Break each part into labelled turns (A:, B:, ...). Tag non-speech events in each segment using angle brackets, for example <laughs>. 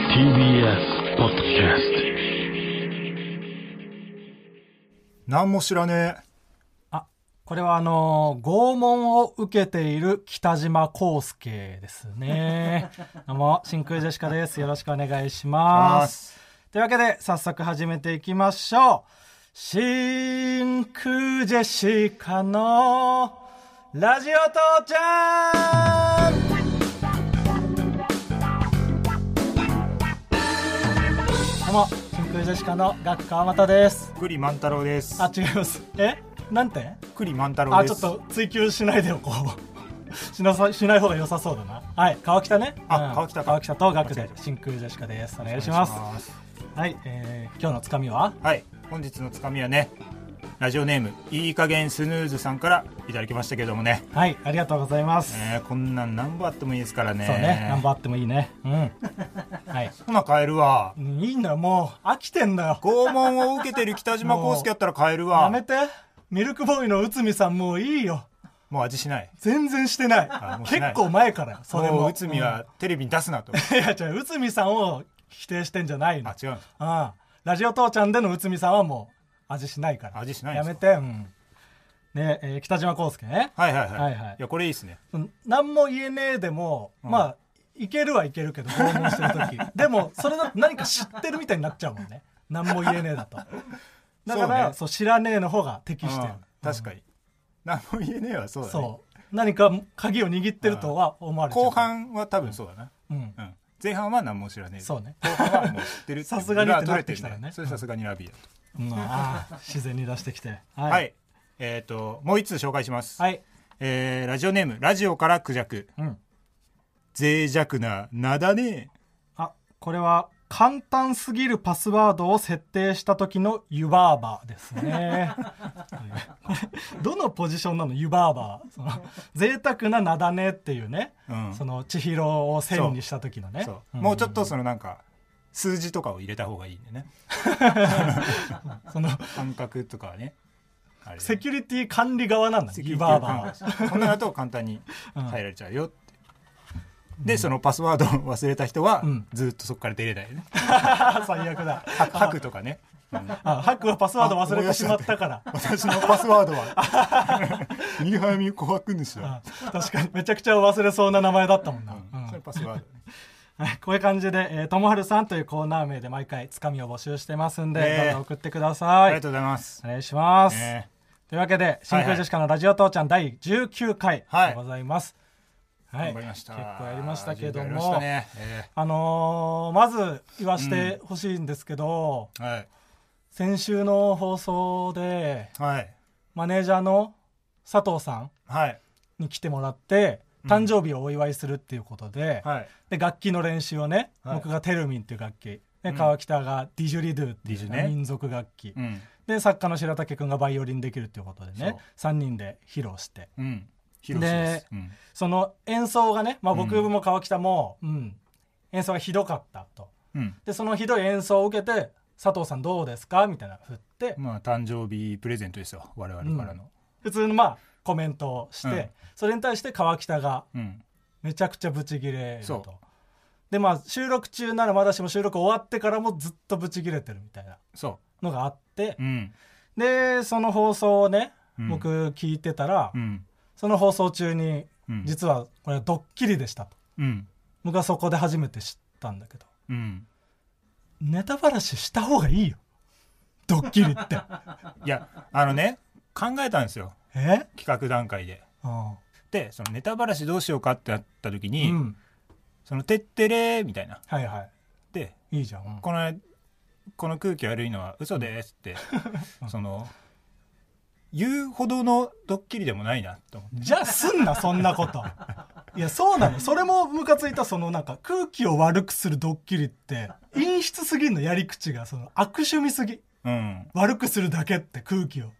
A: TBS ポッドキャス
B: 何も知らねえ。
C: あ、これはあのー拷問を受けている北島康介です <laughs> ね。どうも、真空ジェシカです。よろしくお願いします。というわけで、早速始めていきましょう。真空ジェシカのラジオ父ちゃんどうも、真空ジェシカのガク川又です。
B: 栗万太郎です。
C: あ、違います。えなんて
B: 栗万太郎
C: あ
B: で
C: ち
B: す。
C: ょっと追求しないでおこう <laughs> しなさしない方が良さそうだなはい川北ね
B: あ川北か
C: 川北と学
B: 間違
C: で
B: えた
C: 真空ジェシカですお
B: お
C: 願いします
B: 願いします
C: はい、えー、今日のつかみは
B: はい。本日のつかみはね、ラジオネーム、いい加減スヌーズさんからいただきましたけどもね。
C: はいありがとうございます、
B: えーこんなん何本あってもいいですからね。
C: そうね頑張ってもいいねうん <laughs> はい
B: ほな、買えるわ。
C: うんいいんだよもう飽きてんだよ
B: 拷問を受けてる北島康介やったら買えるわ。
C: やめてミルクボーイの内海さんもういいよ
B: もう味しない。
C: 全然してない
B: あもうし
C: 結
B: ない
C: 構前からよそれ
B: も
C: も
B: う内海はテレビに出すなと。
C: うんいや違う内海さんを否定してんじゃないの
B: あ、違うの。
C: ああラジオ父ちゃんでの内海さんはもう味しないから
B: 味しないん
C: や
B: です
C: め
B: か
C: てうんねえー北島康介ね
B: はいはいはい。
C: はい
B: い
C: はい
B: や、これいいですね。
C: うん何も言えねえでも、まあいけるはいけるけど拷問してる
B: <laughs>
C: 時でもそれだと何か知ってるみたいになっちゃうもんね何も言えねえだとだから
B: そ
C: そうう、
B: ね
C: 知らねえの方が適してる
B: うん確かに。何も言えねえわ、そうだね。
C: そう何か鍵を握ってるとは思われちゃう
B: 後、半は多分そうだな。
C: うん、
B: うん前半は何も知らねえ
C: そうね
B: 後半はもう知ってるっていう
C: さすがにってなってきたらね
B: 裏は取れてるそれさすがにラビーだと、
C: うんああ自然に出してきて
B: はい、えっ、ともう一通紹介します、
C: はい、
B: えーラジオネームラジオからクジャク
C: うん
B: 脆弱な名だね
C: あこれは簡単すぎるパスワードを設定した時の湯バーバーですね <laughs> どのポジションなの湯バーバーその贅沢な名だねっていうね、
B: うん
C: その千尋を線にした時のね
B: そう、
C: ん
B: もうちょっとそのなんか数字とかを入れた方がいいんでね
C: その
B: 感覚とかはねあれ
C: セキュリティ管理側なんだ
B: セキュ
C: 湯
B: リテ
C: バ
B: ィ
C: ーバーは
B: 感こんなだと簡単に入られちゃうよって、でそのパスワードを忘れた人は、
C: ん
B: ずっとそこから出れないよね
C: <laughs> 最悪だ
B: ハクハクとかね
C: あハックはパスワード忘れてしまったから
B: 私のパスワードはミニハミ琥珀主だ、
C: うん確かにめちゃくちゃ忘れそうな名前だったもんな、
B: う
C: うん
B: ん、それパスワードね
C: はいこういう感じで、えー、ともはるさんというコーナー名で毎回つかみを募集してますんで、
B: ねえ
C: どうぞ送ってくださ
B: あ
C: い。
B: りがとうございます、
C: お願いします。
B: ね
C: というわけで、真空ジェシカのラジオ父ちゃん第19回
B: はい
C: でございます。は
B: 頑
C: い、
B: 張りました
C: 結構やりましたけど
B: やりました
C: も、
B: ね、え
C: あのーまず言わしてほしいんですけど、
B: ーはい
C: 先週の放送で、
B: はい
C: マネージャーの佐藤さん
B: はい
C: に来てもらって、誕生日をお祝いするっていうことで、
B: はい
C: で楽器の練習をね、
B: はい
C: 僕がテルミンっていう楽器で
B: ん
C: 川北がディジュリドゥって
B: デ
C: い
B: ィジ
C: う
B: ュね
C: 民族楽器、
B: うん
C: で作家の白竹くんがバイオリンできるっていうことでね3人で披露して
B: うん広瀬です
C: で、
B: うん
C: その演奏がね、まあ、僕
B: うん
C: も川北も、うん演奏がひどかったと
B: うん、
C: でそのひどい演奏を受けて「佐藤さんどうですか?」みたいなの振って、
B: まあ誕生日プレゼントですよ我々からの
C: 普通のまあコメントをして、
B: うん
C: それに対して川北が
B: うん、
C: めちゃくちゃブチギレる
B: そう
C: と。でまあ収録中ならまだしも収録終わってからもずっとブチギレてるみたいな
B: そ
C: のがあって
B: う、う、ん
C: でその放送をね、
B: うん
C: 僕聞いてたら、
B: うん
C: その放送中に、
B: うん
C: 実はこれはドッキリでしたと
B: うん
C: 僕はそこで初めて知ったんだけど
B: うん
C: ネタバラシした方がいいよドッキリって <laughs>
B: いやあのね考えたんですよ
C: え
B: 企画段階で
C: うん
B: でそのネタバラシどうしようかってなった時に、
C: うん
B: その「てってれ」みたいな
C: はいは
B: で
C: いいいじゃん、うん
B: このこの空気悪いのは嘘です
C: <laughs>
B: ってその言うほどのドッキリでもないなと思って
C: じゃあすんなそんなこといやそうなのそれもムカついたそのなんか空気を悪くするドッキリって陰湿すぎんのやり口がその悪趣味すぎ
B: うん
C: 悪くするだけって空気を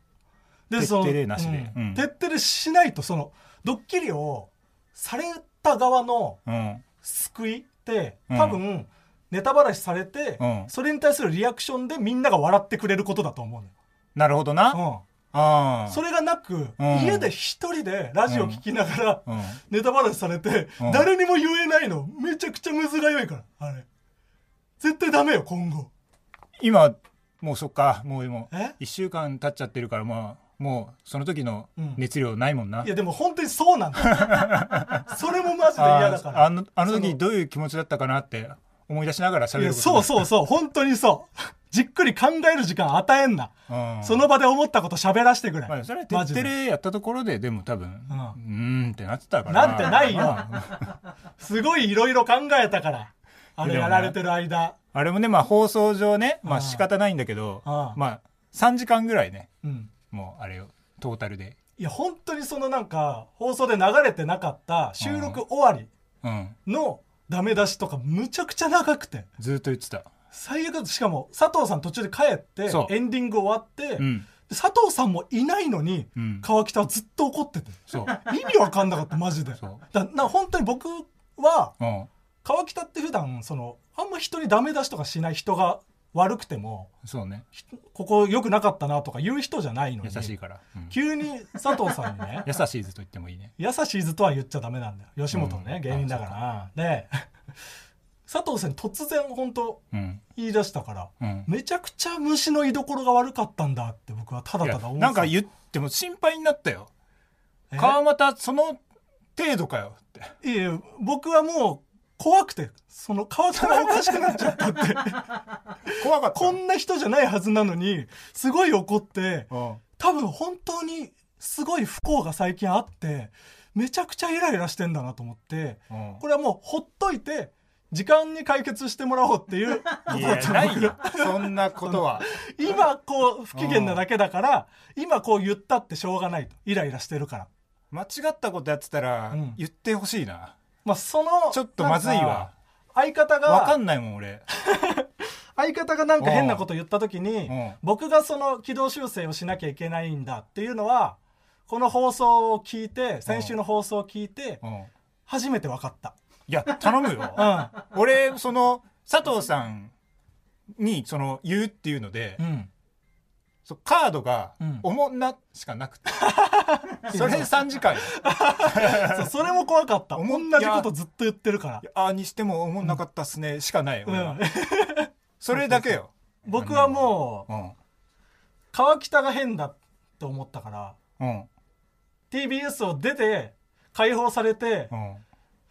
B: 徹
C: で
B: 底
C: その
B: 例なしで
C: うん
B: うん
C: 徹底例しないとそのドッキリをされた側の
B: うん
C: 救いって
B: うん
C: 多分、ネタバラシされて、
B: うん
C: それに対するリアクションでみんなが笑ってくれることだと思う
B: なるほどな、
C: のよ、
B: ああ
C: うん、それがなく、
B: ん
C: 家で一人でラジオ聞きながら、
B: うん
C: ネタバラシされて、
B: うん
C: 誰にも言えないのめちゃくちゃむずがよいからあれ絶対ダメよ今後
B: 今もうそっかもうもう
C: え
B: 1週間経っちゃってるからまあもうその時の
C: うん
B: 熱量ないもんな、
C: いやでも本当にそうなんだ
B: <laughs>
C: よそれもマジで嫌だか
B: あー
C: ら
B: あのあの
C: そ
B: 時
C: の
B: どういう気持ちだったかなって思い出しながら喋
C: い
B: る
C: や
B: こと
C: そうそうそう本当にそうじっくり考える時間与えんな、
B: う、うん
C: その場で思ったこと喋らせてくれ、
B: まあ、それは
C: マ
B: 徹
C: ジ
B: 底で
C: で
B: やったところででも多分
C: う
B: うんんーんってなってたから
C: なんてないよ
B: まあ
C: <laughs> すごいいろいろ考えたからあれ
B: でも
C: や
B: ね
C: られてる間、
B: あれもねまあ放送上ねま
C: う
B: あ
C: ん
B: 仕方ないんだけど
C: うん
B: まあ3時間ぐらいね
C: うん、
B: もうあれをトータルで
C: いや本当にそのなんか放送で流れてなかった収録終わり
B: うん
C: のダメ出しとかむちゃくちゃ長くて
B: ずっと言ってた
C: 最悪だしかも佐藤さん途中で帰って
B: そう
C: エンディング終わって、
B: うん
C: 佐藤さんもいないのに、
B: うん
C: 川北はずっと怒ってて
B: そう
C: 意味わかんなかったマジで
B: そう
C: だな本当に僕は
B: うん
C: 川北って普段そのあんま人にダメ出しとかしない人が悪くても
B: そうね
C: ひここ良くなかったなとか言う人じゃないの
B: 優
C: に
B: しいから、うん
C: 急に佐藤さんにね
B: <laughs> 優しいずと言ってもいいね
C: 優しいずとは言っちゃダメなんだよ吉本のね、
B: うん
C: 芸人だからで <laughs> 佐藤さんに突然本当
B: うん
C: 言い出したから、
B: うん
C: めちゃくちゃ虫の居所が悪かったんだって僕はただ
B: い
C: た
B: や
C: だ思ってた
B: なんか言っても心配になったよ
C: え
B: 川又その程度かよって
C: いやいや僕はもう怖くてその川田がおかしくなっちゃったって
B: <laughs> 怖かった
C: こんな人じゃないはずなのにすごい怒って
B: うん
C: 多分本当にすごい不幸が最近あってめちゃくちゃイライラしてんだなと思って
B: うん
C: これはもうほっといて時間に解決してもらおうっていう
B: <laughs> いやない
C: <laughs>
B: よそんなことは
C: 今こう不機嫌なだけだから今こう言ったってしょうがないとイライラしてるから
B: 間違ったことやってたら
C: うん
B: 言ってほしいな、
C: まあその
B: ちょっとまずいわ
C: なんか相方が
B: わかんないもん俺
C: 相方がなんか変なこと言った時に
B: うん
C: 僕がその軌道修正をしなきゃいけないんだっていうのはこの放送を聞いて先週の放送を聞いて
B: うんい
C: 初めて分かった
B: や頼むよ
C: <laughs> う
B: 俺その佐藤さんにその言うっていうので、
C: んうん
B: そうカードが
C: うん
B: 「おもんな」しかなくて、そ
C: <laughs>
B: れで3時間よ <laughs>
C: そうそれも怖かった
B: お
C: 同
B: も
C: じことずっと言ってるから
B: いやああにしても「おもんなかったっすね」しかないよ、俺は
C: <laughs> うん
B: それだけよ、
C: 僕はもう
B: うん
C: 川北が変だと思ったから
B: うん
C: TBS を出て解放されて
B: うん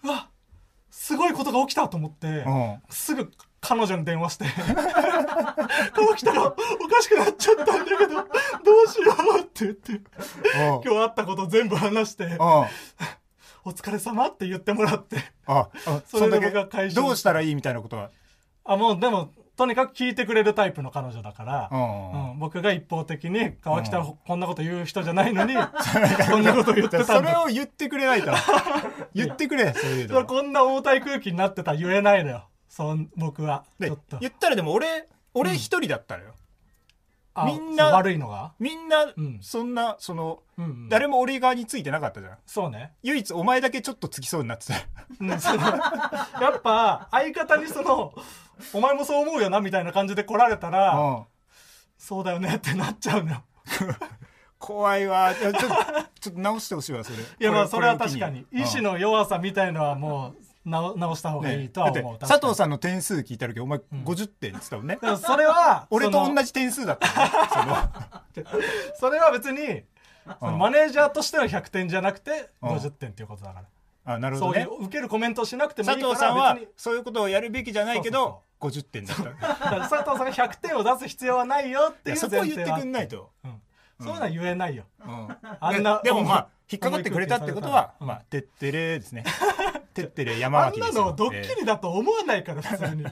C: うわすごいことが起きたと思って
B: うん
C: すぐ彼女に電話して <laughs> 「川北がおかしくなっちゃったんだけどどうしよう」って言って
B: うん
C: 今日あったこと全部話して
B: うん
C: 「お疲れ様って言ってもらって
B: ああ
C: <laughs> そ
B: んだ
C: れで
B: け
C: 僕は解消
B: どうしたらいいみたいなことは
C: あもうでもとにかく聞いてくれるタイプの彼女だから
B: う、ん
C: うん僕が一方的に「川北はこんなこと言う人じゃな
B: <laughs>
C: いのに、こんなこと言っ
B: じゃあ
C: て
B: そ
C: たん
B: れ
C: だ
B: を言ってくれ
C: <laughs>
B: ないと言ってくれそういう」の
C: こんな重たい空気になってたら言えないのよそん僕はち
B: で
C: ょっと
B: 言ったらでも俺俺一人だったのよ、
C: あ
B: みんな
C: そう悪いのが、
B: みんなんそんなその、
C: うんうん
B: 誰も俺側についてなかったじゃん
C: そうね
B: 唯一お前だけちょっとつきそうになってた
C: うん、 <laughs> そのやっぱ相方にその「お前もそう思うよな」みたいな感じで来られたら「
B: うん
C: そうだよね」ってなっちゃうのよ
B: 怖いわいやちょっとちょっと直してほしいわそれい
C: <laughs> いやまあそれは確かに意志の弱さみたいのはもう直直した方がいいとは思う、
B: だって佐藤
C: さ
B: さんの点数聞いた時お前50点って言ってたもんね、
C: でも <laughs> それは
B: 俺と同
C: じ
B: じ点数だったよね
C: <laughs> それは別にそのマネージャーとしての100点じゃなくて
B: うん
C: 50点っていうことだから、
B: そのあなる
C: そ
B: ほど
C: うい
B: ね
C: う受けるコメントをしなくてもい
B: 佐
C: いから
B: 藤さんは
C: 別に
B: そういうことをやるべきじゃないけど50点
C: <laughs>
B: だった
C: だから佐藤さんが100点を出す必要はないよって
B: い
C: い
B: やそ
C: う前
B: こは
C: 提
B: 言って
C: は
B: くんないと、
C: うんそういうのは言えないよ、
B: うん
C: あんな
B: でもまあ
C: 重
B: 引
C: い
B: っかかってくれたってことは
C: 重い空気にされたら
B: まあてってれーです
C: <laughs>
B: ねてってれ山
C: あ
B: 脇
C: ん
B: です
C: な
B: よ
C: のドッキリだと思わないから普通に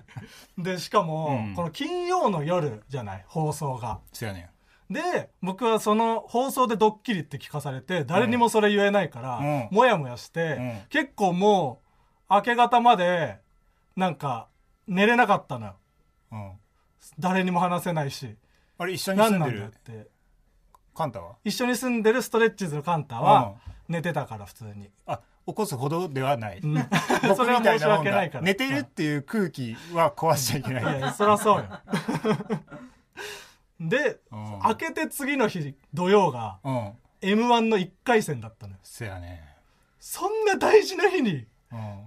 C: でしかも、
B: うん
C: この金曜の夜じゃない放送が
B: えーそうやねん
C: で僕はその放送でドッキリって聞かされて誰にもそれ言えないから、
B: うん
C: もやもやして、
B: うん
C: 結構もう明け方までなんか寝れなかったのよ
B: うん
C: 誰にも話せないし
B: あれ一緒に住
C: 何
B: ん
C: な
B: で
C: んだっ
B: る
C: て
B: カンタは
C: 一緒に住んでるストレッチーズのカンタは寝てたから普通に、
B: あ起こすほどではない
C: うん <laughs> そ
B: 僕
C: れは
B: みた
C: 申
B: い
C: し
B: なもん
C: 訳な
B: が
C: いから
B: 寝てるっていう空気は壊しちゃいけない
C: いやいやそりゃそうよ <laughs> で、
B: うん
C: 明けて次の日土曜が
B: うん
C: m 1の1回戦だったのよ
B: そやね
C: そんな大事な日に
B: うん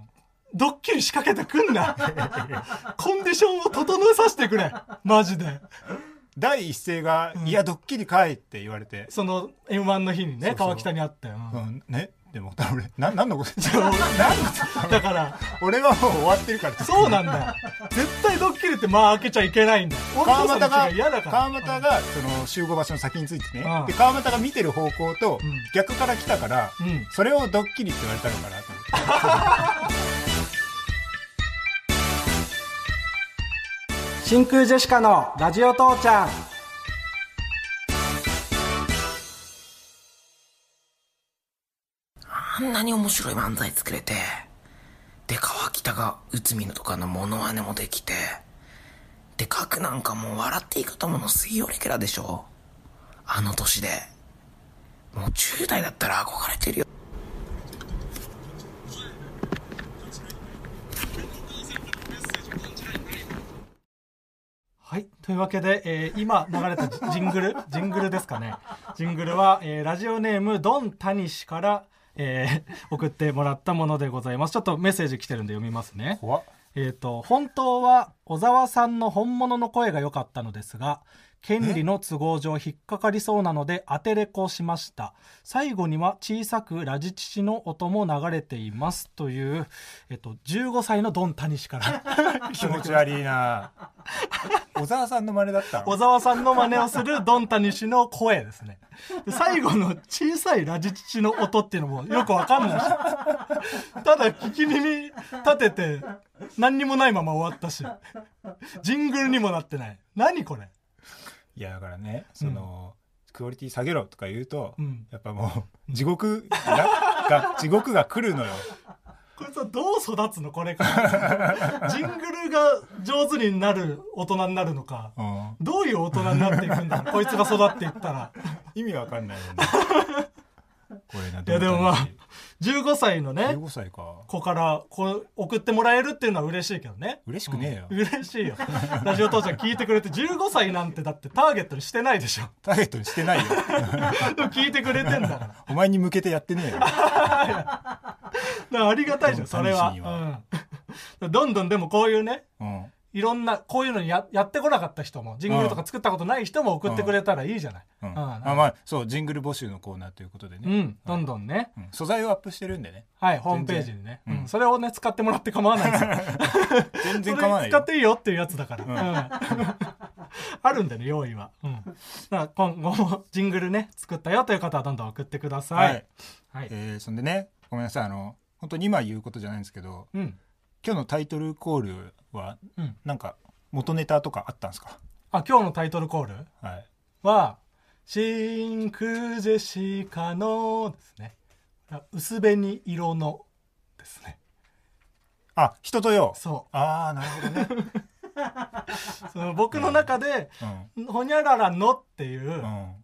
C: ドッキリ仕掛けてくん <laughs> なコンディションを整えさせてくれマジで
B: 第一声が「いやドッキリかい」って言われて、
C: その m 1の日に
B: そう
C: ね
B: そう
C: 川北に会ったよ、
B: う
C: うん
B: ん、ねでも俺な何のこと
C: だから
B: 俺はもう終わってるから
C: そうなんだ絶対ドッキリって間開けちゃいけないんだ
B: 川
C: 北
B: 又
C: 斗さん
B: が
C: の違い嫌だから
B: 川又がその集合場所の先についてね、
C: うん
B: で川又が見てる方向と
C: うん
B: 逆から来たから、
C: うん
B: それをドッキリって言われたのかなと思って
C: 真空ジェシカのラジオ父ちゃん
D: あんなに面白い漫才作れて、で、川北が内海のとかのモノマネもできて、で、角なんかもう笑っていいかともの水曜レギュラーでしょあの年で。もう10代だったら憧れてるよ。
C: はい。というわけで、えー今流れたジジングル、ジングルですかね。ジングルは、えーラジオネーム、ドン・タニシから、えー送ってもらったものでございます。ちょっとメッセージ来てるんで読みますね。
B: 怖っ
C: えっ、と、本当は小沢さんの本物の声が良かったのですが、権利の都合上引っかかりそうなので当てレコしました。最後には小さくラジ父の音も流れています。という、えっ、と、15歳のドン・タニシから。
B: 気持ち悪いな小沢さんの真似だった
C: 小沢さんの真似をするドンタニシの声ですね。で最後の小さいラジ父の音っていうのもよくわかんないし。ただ聞き耳立てて何にもないまま終わったし。ジングルにもなってない。何これ
B: いやだからねその、クオリティ下げろとか言うと、
C: うん
B: やっぱもう地獄がが地獄が来るのよ
C: これさ、どう育つのこれから。ジングルが上手になる大人になるのか。
B: うん
C: どういう大人になっていくんだろうこいつが育っていったら。
B: 意味わかんないよねこれない
C: やでもまあ15歳のね、
B: 15歳か
C: 子からこう送ってもらえるっていうのは嬉しいけどね。
B: 嬉しくねえよ、
C: 嬉しいよ <laughs> ラジオ父ちゃん聞いてくれて15歳なんてだってターゲットにしてないでしょ <laughs>
B: ターゲットにしてないよ
C: でも聞いてくれてんだからだか
B: お前に向けてやってねえよ
C: らありがたいじゃんそれは
B: 楽しみは
C: うん、どんどんでもこういうね
B: うん
C: いろんなこういうのややってこなかった人もジングルとか作ったことない人も送ってくれたらいいじゃない
B: うん
C: うん
B: あまあそうジングル募集のコーナーということでね、
C: うん、どんどんね
B: うん素材をアップしてるんでね
C: はいホームページにね、
B: 全然
C: うんそれをね使ってもらって構わな
B: <laughs>
C: いです
B: 全然
C: そ
B: 構わな
C: れ
B: い
C: 使っ
B: よ
C: ていいよっていうやつだから、うん <laughs> あるんだね用意は、うん、だから今後もジングルね作ったよという方はどんどん送ってください、はい
B: えーそんでねごめんなさいあの本当に今言うことじゃないんですけど
C: うん
B: 今日のタイトルコールは
C: うん、
B: なんか元ネタとかあったんですか
C: あ今日のタイトルコール
B: はい
C: は「真空ジェシカの」ですねあ薄紅色のですね
B: あ人とよ
C: そ
B: ああなるほどね、
C: うその僕の中で
B: うん
C: 「ほにゃららの」っていう
B: うん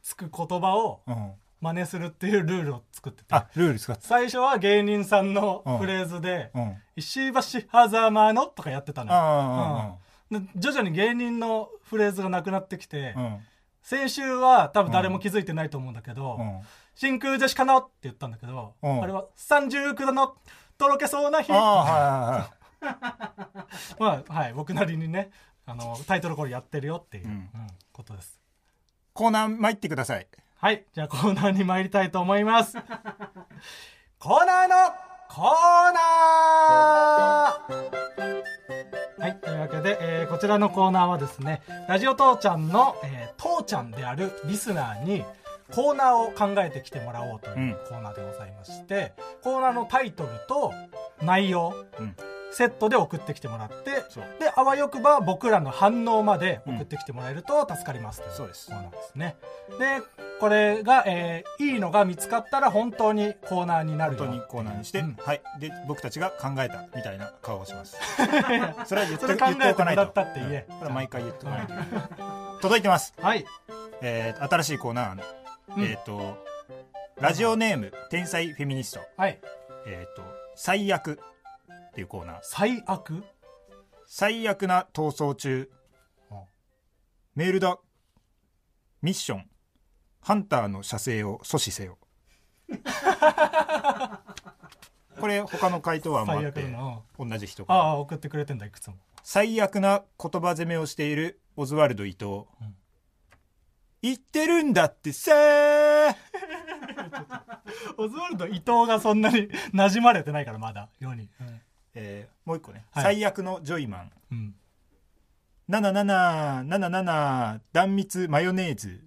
C: つく言葉を
B: うん、
C: 真似するっていうルールを作ってて
B: あルール使って
C: 最初は芸人さんのフレーズで、
B: たうん
C: 石橋狭間のとかやってたのよ
B: あ
C: で徐々に芸人のフレーズがなくなってきて、
B: ーうんうん
C: 先週は多分誰も気づいてないと思うんだけど「
B: うん
C: 真空女子かな?」って言ったんだけど、
B: うん
C: あれは「三十九度のとろけそうな日」
B: あ
C: まあはい僕なりにねあのタイトルコールやってるよっていう、
B: うん
C: うんことです
B: ーコーナー参ってください
C: はいじゃあコーナーに参りたいと思います
B: <laughs>
C: コーナーのコーナーはい、というわけで、えーこちらのコーナーはですね、ラジオ父ちゃんの、えー父ちゃんであるリスナーにコーナーを考えてきてもらおうというコーナーでございまして、コーナーのタイトルと内容、
B: うん
C: セットで送ってきてもらって、
B: そう
C: で、あわよくば僕らの反応まで送ってきてもらえると助かりますとい
B: そう
C: う
B: です
C: コーナーですね。で、これが、えーいいのが見つかったら本当にコーナーになる
B: 本
C: よ
B: 当にコーナーにして、
C: うん
B: はいで僕たちが考えたみたいな顔をします
C: <laughs>
B: それは言って
C: それ考
B: 言って
C: え
B: お
C: て
B: か
C: も
B: ない
C: ら
B: と
C: ったって言え
B: うんこれは毎回言っておかないといけない届いてます、
C: はい。
B: えー新しいコーナー、
C: うん
B: えっ、とラジオネーム天才フェミニスト
C: はい。
B: えっ、と最悪っていうコーナー
C: 最悪
B: 最悪な逃走中
C: あ
B: メールだミッション
C: <laughs>
B: ハンターの射精を阻止せよこれ他の回答案もあっ
C: 最悪
B: て
C: だな
B: 同じ人
C: あ
B: から
C: あ送ってくれてんだいくつも
B: 最悪な言葉攻めをしているオズワルド伊藤、言ってるんだってさー
C: オズワルド伊藤がそんなに <laughs> 馴染まれてないからまだ世に
B: えーもう一個ね、
C: はい
B: 最悪のジョイマン
C: うん
B: 7777断蜜マヨネーズ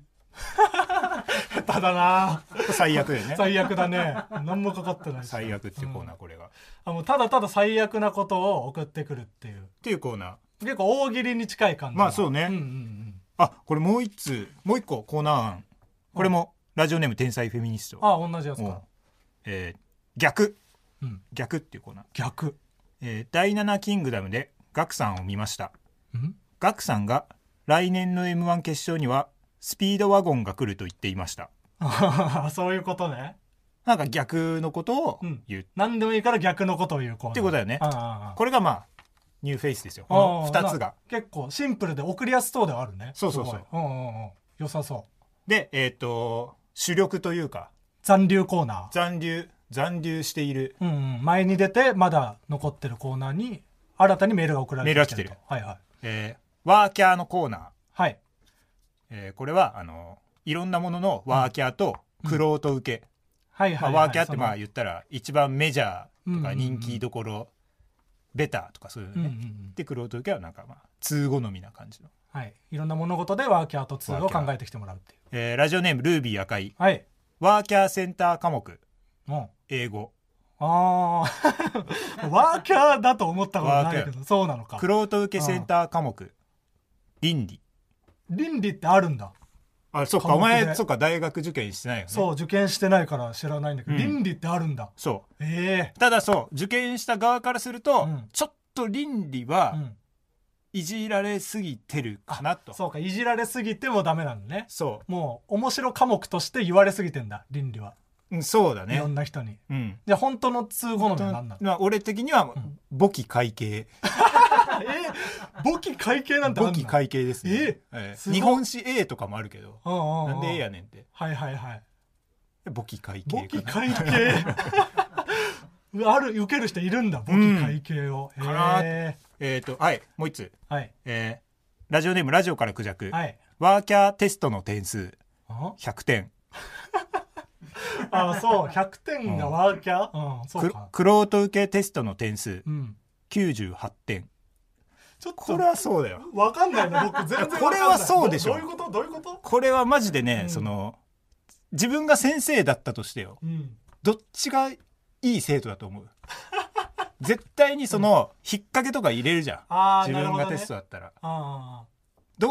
C: 下手だな
B: 最悪だよね
C: <laughs> 最悪だね何もかかってないし
B: 最悪っていうコーナーこれが、っ
C: あもうただただ最悪なことを送ってくるっていう
B: ていうコーナー
C: 結構大喜利に近い感じ
B: まあそうね
C: うんうんうん
B: あこれもう一つもう一個コーナー案これもラジオネーム天才フェミニスト
C: ああ同じやつ
B: うん
C: か
B: えー逆
C: うん
B: 逆っていうコーナー、
C: 逆 <laughs>
B: えー第7キングダムでガクさんを見ました
C: うん
B: ガクさんが来年の m 1決勝にはスピードワゴンが来ると言っていました
C: そういうことね
B: なんか逆のことを
C: うん
B: 言う、
C: 何でもいいから逆のことを言うコーナー
B: ってことだよね
C: ああああ
B: これがまあニューフェイスですよこ
C: ああ
B: の2つ
C: な
B: が
C: んか結構シンプルで送りやすそうではあるね
B: そうそうそう
C: すごいうんうんうん良さそう
B: でえっ、と主力というか
C: 残留コーナー
B: 残留残留している
C: うんうん前に出てまだ残ってるコーナーに新たにメールが送られて
B: メールが来てる
C: とはいはい
B: えーワーキャーのコーナー、
C: はい
B: えーこれはあのいろんなもののワーキャーとクロート受け、
C: はいはい
B: まあ、
C: はい
B: ワーキャーってまあ
C: その
B: 言ったら一番メジャーと
C: う
B: か
C: んうんうん
B: 人気どころ、ベターとかそういうの
C: うんう
B: ね、
C: んうん
B: でクロート受けはなんかまあ通好みな感じの、
C: はいいろんな物事でワーキャーとツーを考えてきてもらうっていう
B: えーラジオネームルービー赤い
C: はい
B: ワーキャーセンター科目
C: うん
B: 英語
C: あー <laughs> ワーキャーだと思ったことない
B: ワー
C: け
B: キ
C: どそうなのか
B: クロート受けセンター科目倫理
C: 倫理ってあるんだ
B: あそっ
C: 科
B: か
C: 目
B: お前
C: で
B: そっか大学受験してないよね
C: そう受験してないから知らないんだけど、
B: うん
C: 倫理ってあるんだ
B: そ
C: ええ
B: うただそう受験した側からすると、
C: うん
B: ちょっと倫理
C: う
B: は
C: ん、
B: いじられすぎてるかなと、
C: そうかいじられすぎてもダメなのね
B: そ
C: もう面白科目として言われすぎてんだ倫理は、
B: ううんそうだ
C: いろ
B: ね
C: んな人に
B: うん
C: じゃあ本当の通好みは何なの
B: まあ、俺的には簿記会計、
C: あえー、簿記会計なんてあん
B: 簿
C: の
B: 記会計ですね、
C: え
B: ええ
C: すごい
B: 日本史 A とかもあるけど
C: うんうんうん
B: なんで A やねんって
C: はいはいはい
B: 簿記会計か
C: 簿
B: な
C: 記会計ある受ける人いるんだ簿記会計を、
B: ん
C: へ
B: かなー
C: え
B: えっ、とはいもう一つ、
C: はい
B: えーラジオネームラジオからクジャク、
C: はい
B: ワーキャーテストの点数
C: あ
B: 100点
C: あそう100点がワーキャー、うんそ
B: く
C: うか
B: クロート受けテストの点数
C: うん
B: 98点
C: ちょっと
B: これはそうだよ
C: わかんないな僕全然わかんない
B: <laughs> これはそうでしょ
C: どどういうことどういうこと
B: これはマジでね、
C: うん
B: その自分が先生だったとしてよ
C: うん
B: どっちがいい生徒だと思う <laughs> 絶対にその、引っ掛けとか入れるじゃん
C: ああ
B: 自分がテスト
C: あ
B: だったらど,、
C: あ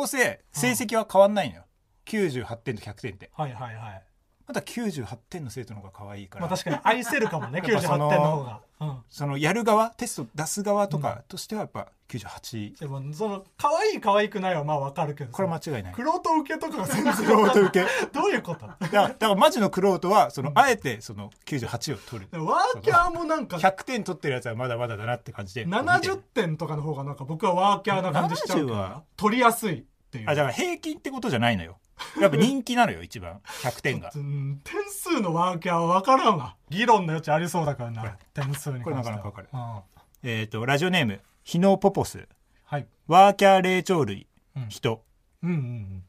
B: うせ成績は変わんないのよ、98点と100点って
C: ーはいはいはい
B: また98点の生徒の方が可愛いから、
C: まあ確かに愛せるかもね
B: やっぱそ
C: 98
B: の
C: 点の方がうん
B: そのやる側テスト出す側とかとしてはやっぱ98、
C: でもその可愛い可愛くないはまあわかるけど
B: これは間違いない
C: クロート受けとかが全然
B: ク <laughs> ロート受け
C: どういうことだか
B: だからだからマジのクロートはその、あえてその98を取る
C: らワーキャーもなんか
B: 100点取ってるやつはまだまだだなって感じで
C: 70点とかの方がなんか僕はワーキャーな感じしちゃう
B: 70
C: から
B: は
C: 取りやすいっていう
B: あだから平均ってことじゃないのよやっぱ人気なのよ一番100点が
C: うん点数のワーキャーは分からんわ議論の余地ありそうだからな点数に関しては
B: これなかなか分かる
C: うん
B: えっ、とラジオネームヒノポポス
C: はい
B: ワーキャー霊長類、
C: うん
B: 人
C: うんうんうん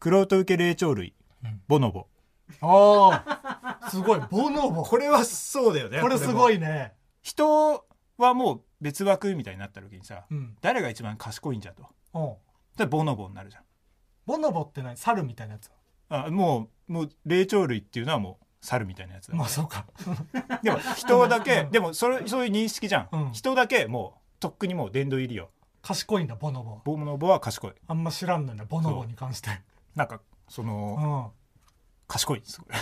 B: クロート受け霊長類、ボノボ
C: ああす
B: <laughs>
C: ごいボノボこ
B: これはそうだよね
C: れすご
B: い
C: いね
B: 人はもう別枠みたいになった時にさ、
C: うん
B: 誰が一番賢いんじゃと
C: うん
B: でボノボになるじゃん
C: ボノボって何猿みたいなやつ
B: あもうもう霊長類っていうのはもう猿みたいなやつだ、
C: まあそうか
B: でも人だけでもそれそういう認識じゃん、
C: うん
B: 人だけもうとっくにもう殿堂入りよ
C: 賢いんだボノボ
B: ボノボは賢い
C: あんま知らんのよねボノボに関して
B: なんかそうの、
C: ん
B: 賢いです <laughs> これ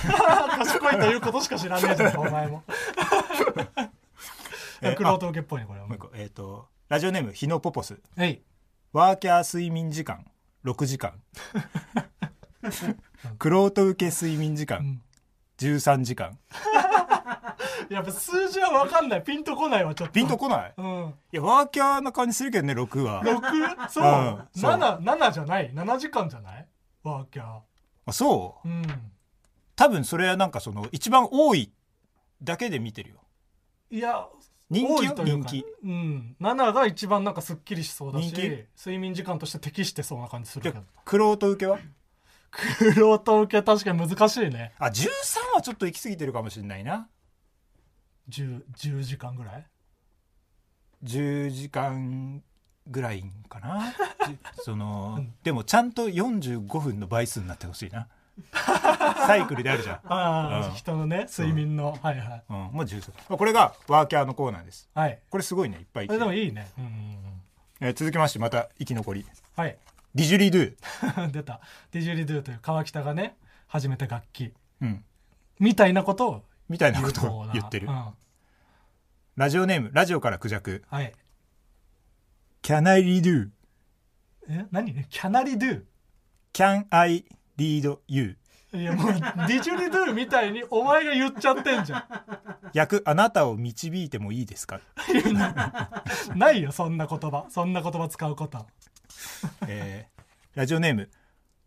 C: 賢いということしか知らねえじゃんかお前も
B: <laughs> え
C: クロート受けっぽいねこれは
B: もう一個えっ、とラジオネームヒノポポス
C: えい
B: ワーキャー睡眠時間6時
C: <laughs>
B: 間クロート受け睡眠時
C: う
B: 間
C: ん
B: 13時間
C: やっぱ数字は分かんないピンとこないわちょっと
B: ピンとこない
C: うん
B: いやワーキャーな感じするけどね6は
C: 6そう
B: うんそう
C: 77じゃない7時間じゃないワーキャー
B: あそう
C: うん
B: 多分それはなんかその一番多いだけで見てるよ
C: いや
B: 人気よ
C: 多いというか
B: 人気
C: うん7が一番なんかすっきりしそうだし
B: 人気
C: 睡眠時間として適してそうな感じするけど
B: クロート受けは
C: 苦労と受け確かに難しいね
B: あ13はちょっと行き過ぎてるかもしれないな
C: 10, 10時間ぐらい
B: 10時間ぐらいか
C: <laughs>
B: なじその、でもちゃんと45分の倍数になってほしいなサイクルであるじゃん、
C: ああ、
B: うん
C: 人のね睡眠の、はいはい
B: うん、もう13まあこれがワーキャーのコーナーです
C: はい
B: これすごいねいっぱい
C: あ
B: 来
C: れ
B: て
C: でもいいねうんうんうん
B: えー続きましてまた生き残り
C: はい <laughs>
B: ディジュリドゥ、
C: 出た「ディジュリドゥ」という川北がね初めて楽器
B: うん、
C: みたいなことを
B: みたいな
C: 有
B: こと
C: 効
B: を
C: な
B: 言ってる、
C: うん
B: ラジオネームラジオからクジャク
C: はい。
B: Can I redo?
C: え何キャナリドゥ
B: Can I read you?
C: いやもうディジュリドゥみたいにお前が言っちゃってん <laughs> じゃ
B: 役あなたを導いてもいいですか、
C: んないよそんな言葉そんな言葉使うこと
B: えーラジオネーム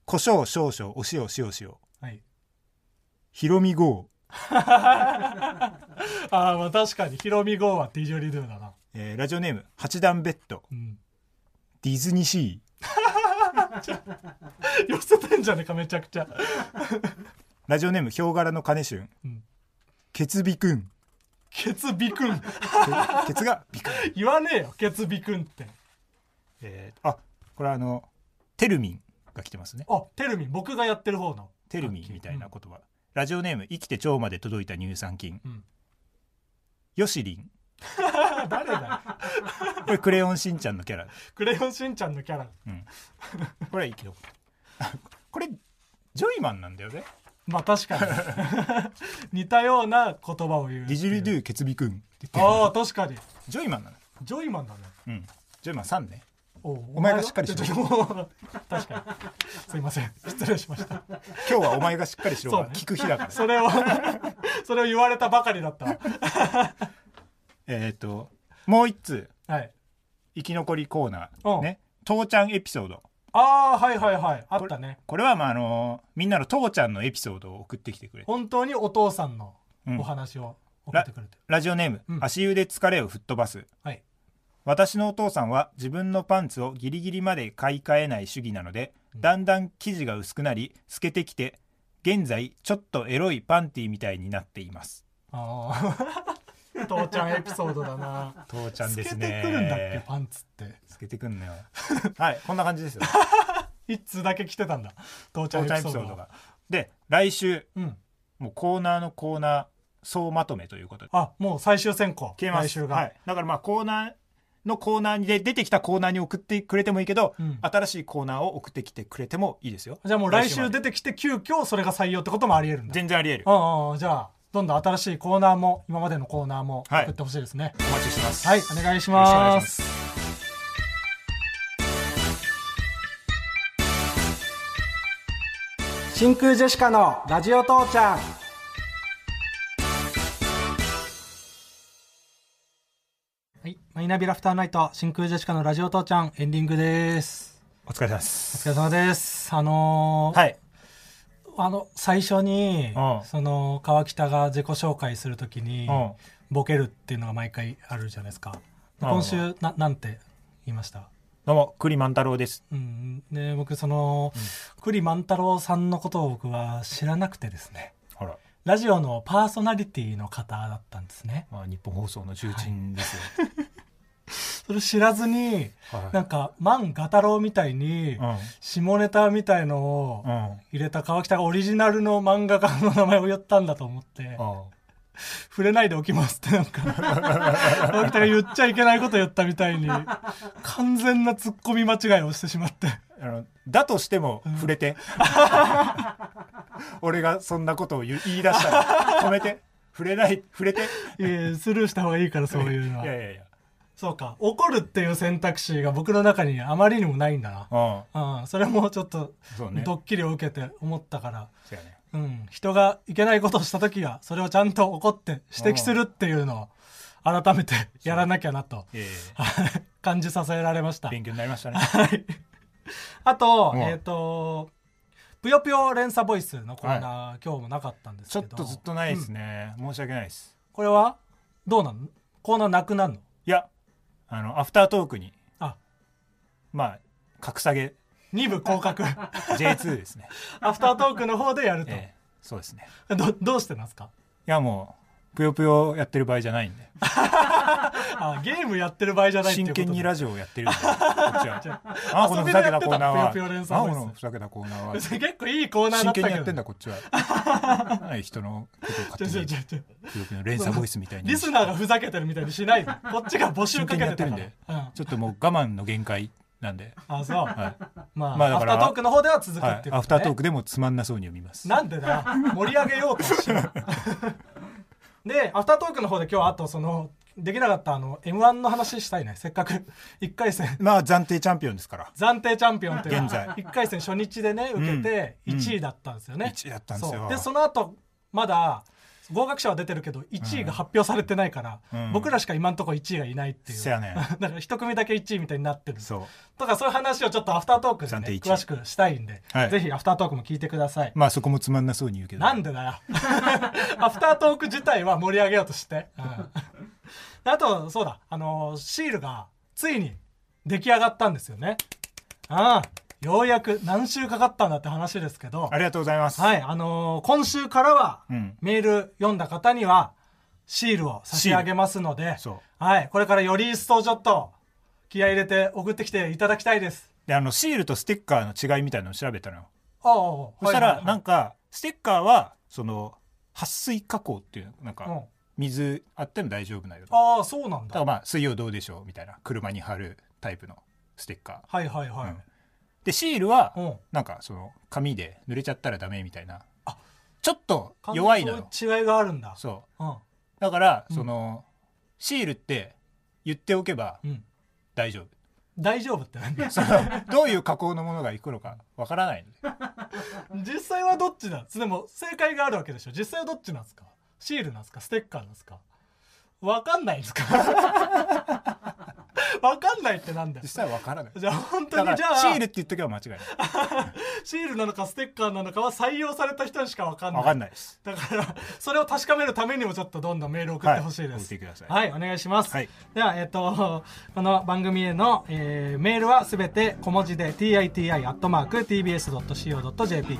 B: 胡椒少々お塩塩塩
C: はい
B: ひろみ号、
C: あーまあ確かにヒロミ号はディジュリドゥだな
B: えーラジオネーム八段ベッド
C: うん
B: ディズニーシー
C: 寄せてんじゃねえかめちゃくちゃ
B: ラジオネームヒョウ柄の金春、
C: うん
B: ケツビくん
C: ケツビくん
B: ケケツがビくん、
C: 言わねえよケツビくんって
B: えーあこれはあのテルミンが来てますね
C: あテルミン僕がやってる方の
B: テルミンみたいな言葉、ラジオネーム生きて腸まで届いた乳酸菌、
C: うん
B: ヨシリン
C: あ誰だよ
B: これクレヨンしんちゃんのキャラ
C: クレヨンしんちゃんのキャラ
B: これは生き残ったあこれジョイマンなんだよね
C: まあ確かに <laughs> 似たような言葉を言う
B: ディジュリド
C: ゥ
B: ゥケツビくんって言って
C: ああ確かに
B: るジョイマンなの
C: ジョイマンだね
B: うんジョイマンさんね
C: お
B: お前がしっかりしろ
C: ろ確かにすいません失礼しました
B: 今日はお前がしっかりしろ
C: そう
B: が
C: ね
B: 聞く日だから、
C: それを <laughs> それを言われたばかりだったわ
B: えっ、ともう一通
C: はい
B: 生き残りコーナ
C: う
B: ー
C: ん
B: ね父ちゃんエピソード
C: ああはいはいはいあったね
B: これはまああのーみんなの父ちゃんのエピソードを送ってきてくれて
C: 本当にお父さんのお話を送ってくれてる、
B: ラジオネーム、
C: うん
B: 足湯で疲れを吹っ飛ばす
C: はい
B: 私のお父さんは自分のパンツをギリギリまで買い替えない主義なので、だんだん生地が薄くなり透けてきて現在ちょっとエロいパンティみたいになっています
C: ああ <laughs> 父ちゃんエピソードだな
B: 父ちゃんです
C: 透けてくるんだっけ
B: ね
C: パンツって
B: 透けてくるんだよはいこんな感じですよ <laughs>
C: 一通だけ来てたんだ父ちゃ
B: 父
C: んエ
B: ちゃん
C: ピ
B: エピ
C: ソー
B: ソ
C: ド
B: ード
C: が
B: がで来週
C: うん
B: もうコーナーのコーナー総まとめということで
C: あもう最終選考
B: 消えます
C: 来週が、
B: はい、だからまあコーナーのコーナーで出てきたコーナーに送ってくれてもいいけど、
C: うん
B: 新しいコーナーを送ってきてくれてもいいですよ
C: じゃあもう来
B: ま
C: 週
B: で
C: 出てきて急遽それが採用ってこともあり得るんだ
B: 全然あり得る
C: うんうんうんじゃあどんどん新しいコーナーも今までのコーナーも
B: はい
C: 送ってほしいですね
B: お待ちしてます
C: はい、
B: よ
C: お願いし
B: ろしくお願
C: ま
B: いしますす
C: 真空ジェシカのラジオ父ちゃんはいマイナビラフターナイト真空ジェシカのラジオ父ちゃんエンディングです
B: お疲れ様で
C: お
B: す
C: 疲れ様ですあのー
B: はい
C: あの最初に
B: うん
C: その川北が自己紹介するときに
B: うん
C: ボケるっていうのが毎回あるじゃないですか
B: う
C: で
B: ん
C: 今週ななんて言いました
B: どうも栗万太郎です
C: うんで僕その栗万太郎さんのことを僕は知らなくてですね
B: ほら、
C: ラジオのパーソナリティの方だったんですね
B: まあ、日本放送の重鎮ですよ、
C: それ知らずに
B: はい
C: なんか万画太郎みたいに下ネタみたいのを
B: うんうん
C: 入れた川北がオリジナルの漫画家の名前を言ったんだと思って
B: あ
C: 触れないでおきますってな
B: <laughs>
C: んか川北が言っちゃいけないこと言ったみたいに完全なツッコミ間違いをしてしまって
B: あのだとしても触れて、俺がそんなことを言う言い出したら止めて触れない触れて
C: いやいやスルーした方がいいからそういうのはい
B: やいやいや
C: そうか怒るっていう選択肢が僕の中にあまりにもないんだな
B: うん
C: うん、それもちょっと
B: そうね
C: ドッキリを受けて思ったから、
B: そうやね
C: うん、人がいけないことをした時はそれをちゃんと怒って指摘するっていうのを改めてやらなきゃなと
B: いやいやい
C: はい感じさせられました
B: や勉強になりま
C: <laughs>
B: したね
C: はいあと、
B: うん
C: えっ、と「ぷよぷよ連鎖ボイス」のコーナー、今日もなかったんです
B: ちょ
C: け
B: っ
C: ど
B: とずっとないですね、申し訳ないです
C: これはどうなんコーナーなくなるの
B: いやあのアフタートークに
C: あ
B: まあ格下げ
C: 二部降
B: <laughs>
C: 格
B: J2 です
C: <laughs>
B: ね、
C: アフタートークの方でやると、
B: ええそうですね
C: どどうしてなんですか
B: いやもうぷよぷよやってる場合じゃないんで
C: あゲームやってる場合じゃないっていう
B: 真
C: ことで
B: 剣にラジオをやってるんでこっち
C: <laughs>
B: はあこの
C: 遊
B: ふ
C: びで
B: ざ
C: や
B: け
C: ったて
B: コ
C: た
B: ーナーは
C: ぷよぷよ連
B: あ
C: 載
B: こ
C: も
B: のふざけたコーナーは
C: 別に結構いいコーナーだ
B: 真
C: ったけ
B: 剣
C: ど
B: にやってんだこっち
C: <laughs>
B: は何人のことを勝
C: ち
B: 手
C: ょちょ
B: に
C: ちょちょ
B: ぷよぷよの連鎖ボイスみたいに
C: リスナーがふざけてるみたいにしないよこっちが募集
B: 真剣
C: かけ
B: にや
C: て
B: って
C: た
B: る
C: か
B: ん
C: ら
B: でちょっともう我慢の限界なんで、
C: うん、あそう、
B: は
C: まあ、
B: まあ
C: ア
B: だか
C: フタ
B: ら
C: ートークの方では続
B: い
C: く
B: は
C: っていうこと、ね
B: い、アフタートークでもつまんなそうに読みます
C: なんでだ盛り上げようとし
B: <laughs>
C: てるでアフタートークの方で今日あとそのできなかったあの m 1の話したいねせっかく1回戦
B: まあ暫定チャンピオンですから
C: 暫定チャンピオンという
B: 現在
C: 1回戦初日でね受けて
B: うん
C: 1位だったんですよね、
B: 1位だったんですよ
C: そうでその後まだ合格者は出てるけど1位が発表されてないから、
B: うん
C: 僕らしか今のところ1位がいないっていう、
B: せや
C: <laughs>
B: ねん
C: だから一組だけ1位みたいになってる
B: そう
C: とかそういう話をちょっとアフタートークで、
B: 暫
C: ね、
B: 定一位
C: 詳しくしたいんで、
B: はい
C: ぜひアフタートークも聞いてください
B: まあそこもつまんなそうに言うけど
C: なんでだよ。 <laughs> アフタートーク自体は盛り上げようとして。うんであと、そうだ、あのーシールがついに出来上がったんですよね。ああ、ようやく何週かかったんだって話ですけど、
B: ありがとうございます、
C: はい、あのー今週からは、
B: うん
C: メール読んだ方には、シールを差し上げますので
B: そう、
C: はい、これからより一層ちょっと、気合い入れて送ってきていただきたいです。
B: であのシールとステッカーの違いみたいなのを調べたのよ
C: おうおうおう
B: そした
C: は
B: ら
C: いはいはい
B: なんかステッカーはその撥水加工っていうなん
C: うん
B: か水あっても大丈夫なよだか
C: ああ、そうなんだ。
B: らまあ水曜どうでしょうみたいな車に貼るタイプのステッカ
C: はいはいはい。
B: ー、うんでシールは
C: うん
B: なんかその紙で濡れちゃったらダメみたいなちょっと弱いのよ
C: そういう違いがあるんだ。
B: そう
C: うん。
B: だから
C: ん
B: そのシールって言っておけば
C: うん。
B: 大丈夫
C: 大丈夫ってなんだ
B: そ <laughs> のどういう加工のものがいくのかわからないので
C: <laughs> 実際はどっちなんでも正解があるわけでしょ。実際はどっちなんですかシールなんですかステッカーなんですかわかんないんですか <laughs> わかんないってなんだよ
B: 実。際はわからない
C: じゃあ本当
B: だか
C: にじゃあ
B: らシールって言っとけば間違いない
C: シールなのかステッカーなのかは採用された人にしかわかんない。
B: わかんないです
C: だからそれを確かめるためにもちょっとどんどんメール送ってほしいで
B: はい送っ
C: す
B: てください
C: はい、お願いします、
B: はい
C: ではえっ、と <laughs> この番組への、えーメールはすべて小文字で titi.tbs.co.jp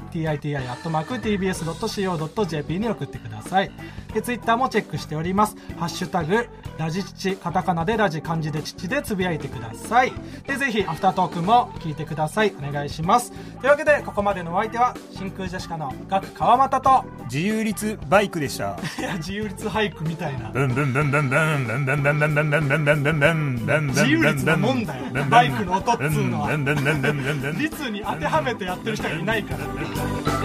C: titi.tbs.co.jp に送ってくださいでツイッターもチェックしておりますハッシュタグラジチカタカナでラジ漢字で父でつぶやいてくださいでぜひアフタートークも聞いてくださいお願いしますというわけでここまでのお相手は真空ジェシカのガク川又と
B: 自由律バイクでした
C: いや自由律俳句みたいな
A: ブンブンブンブンブンブンブンブンブンブンブンブンブンブンブンブン
C: 自由律なもんだよバイクの音っつうのは <laughs>
A: ブンブンブンブンブンブンブン
C: 律に当てはめてやってる人がいないから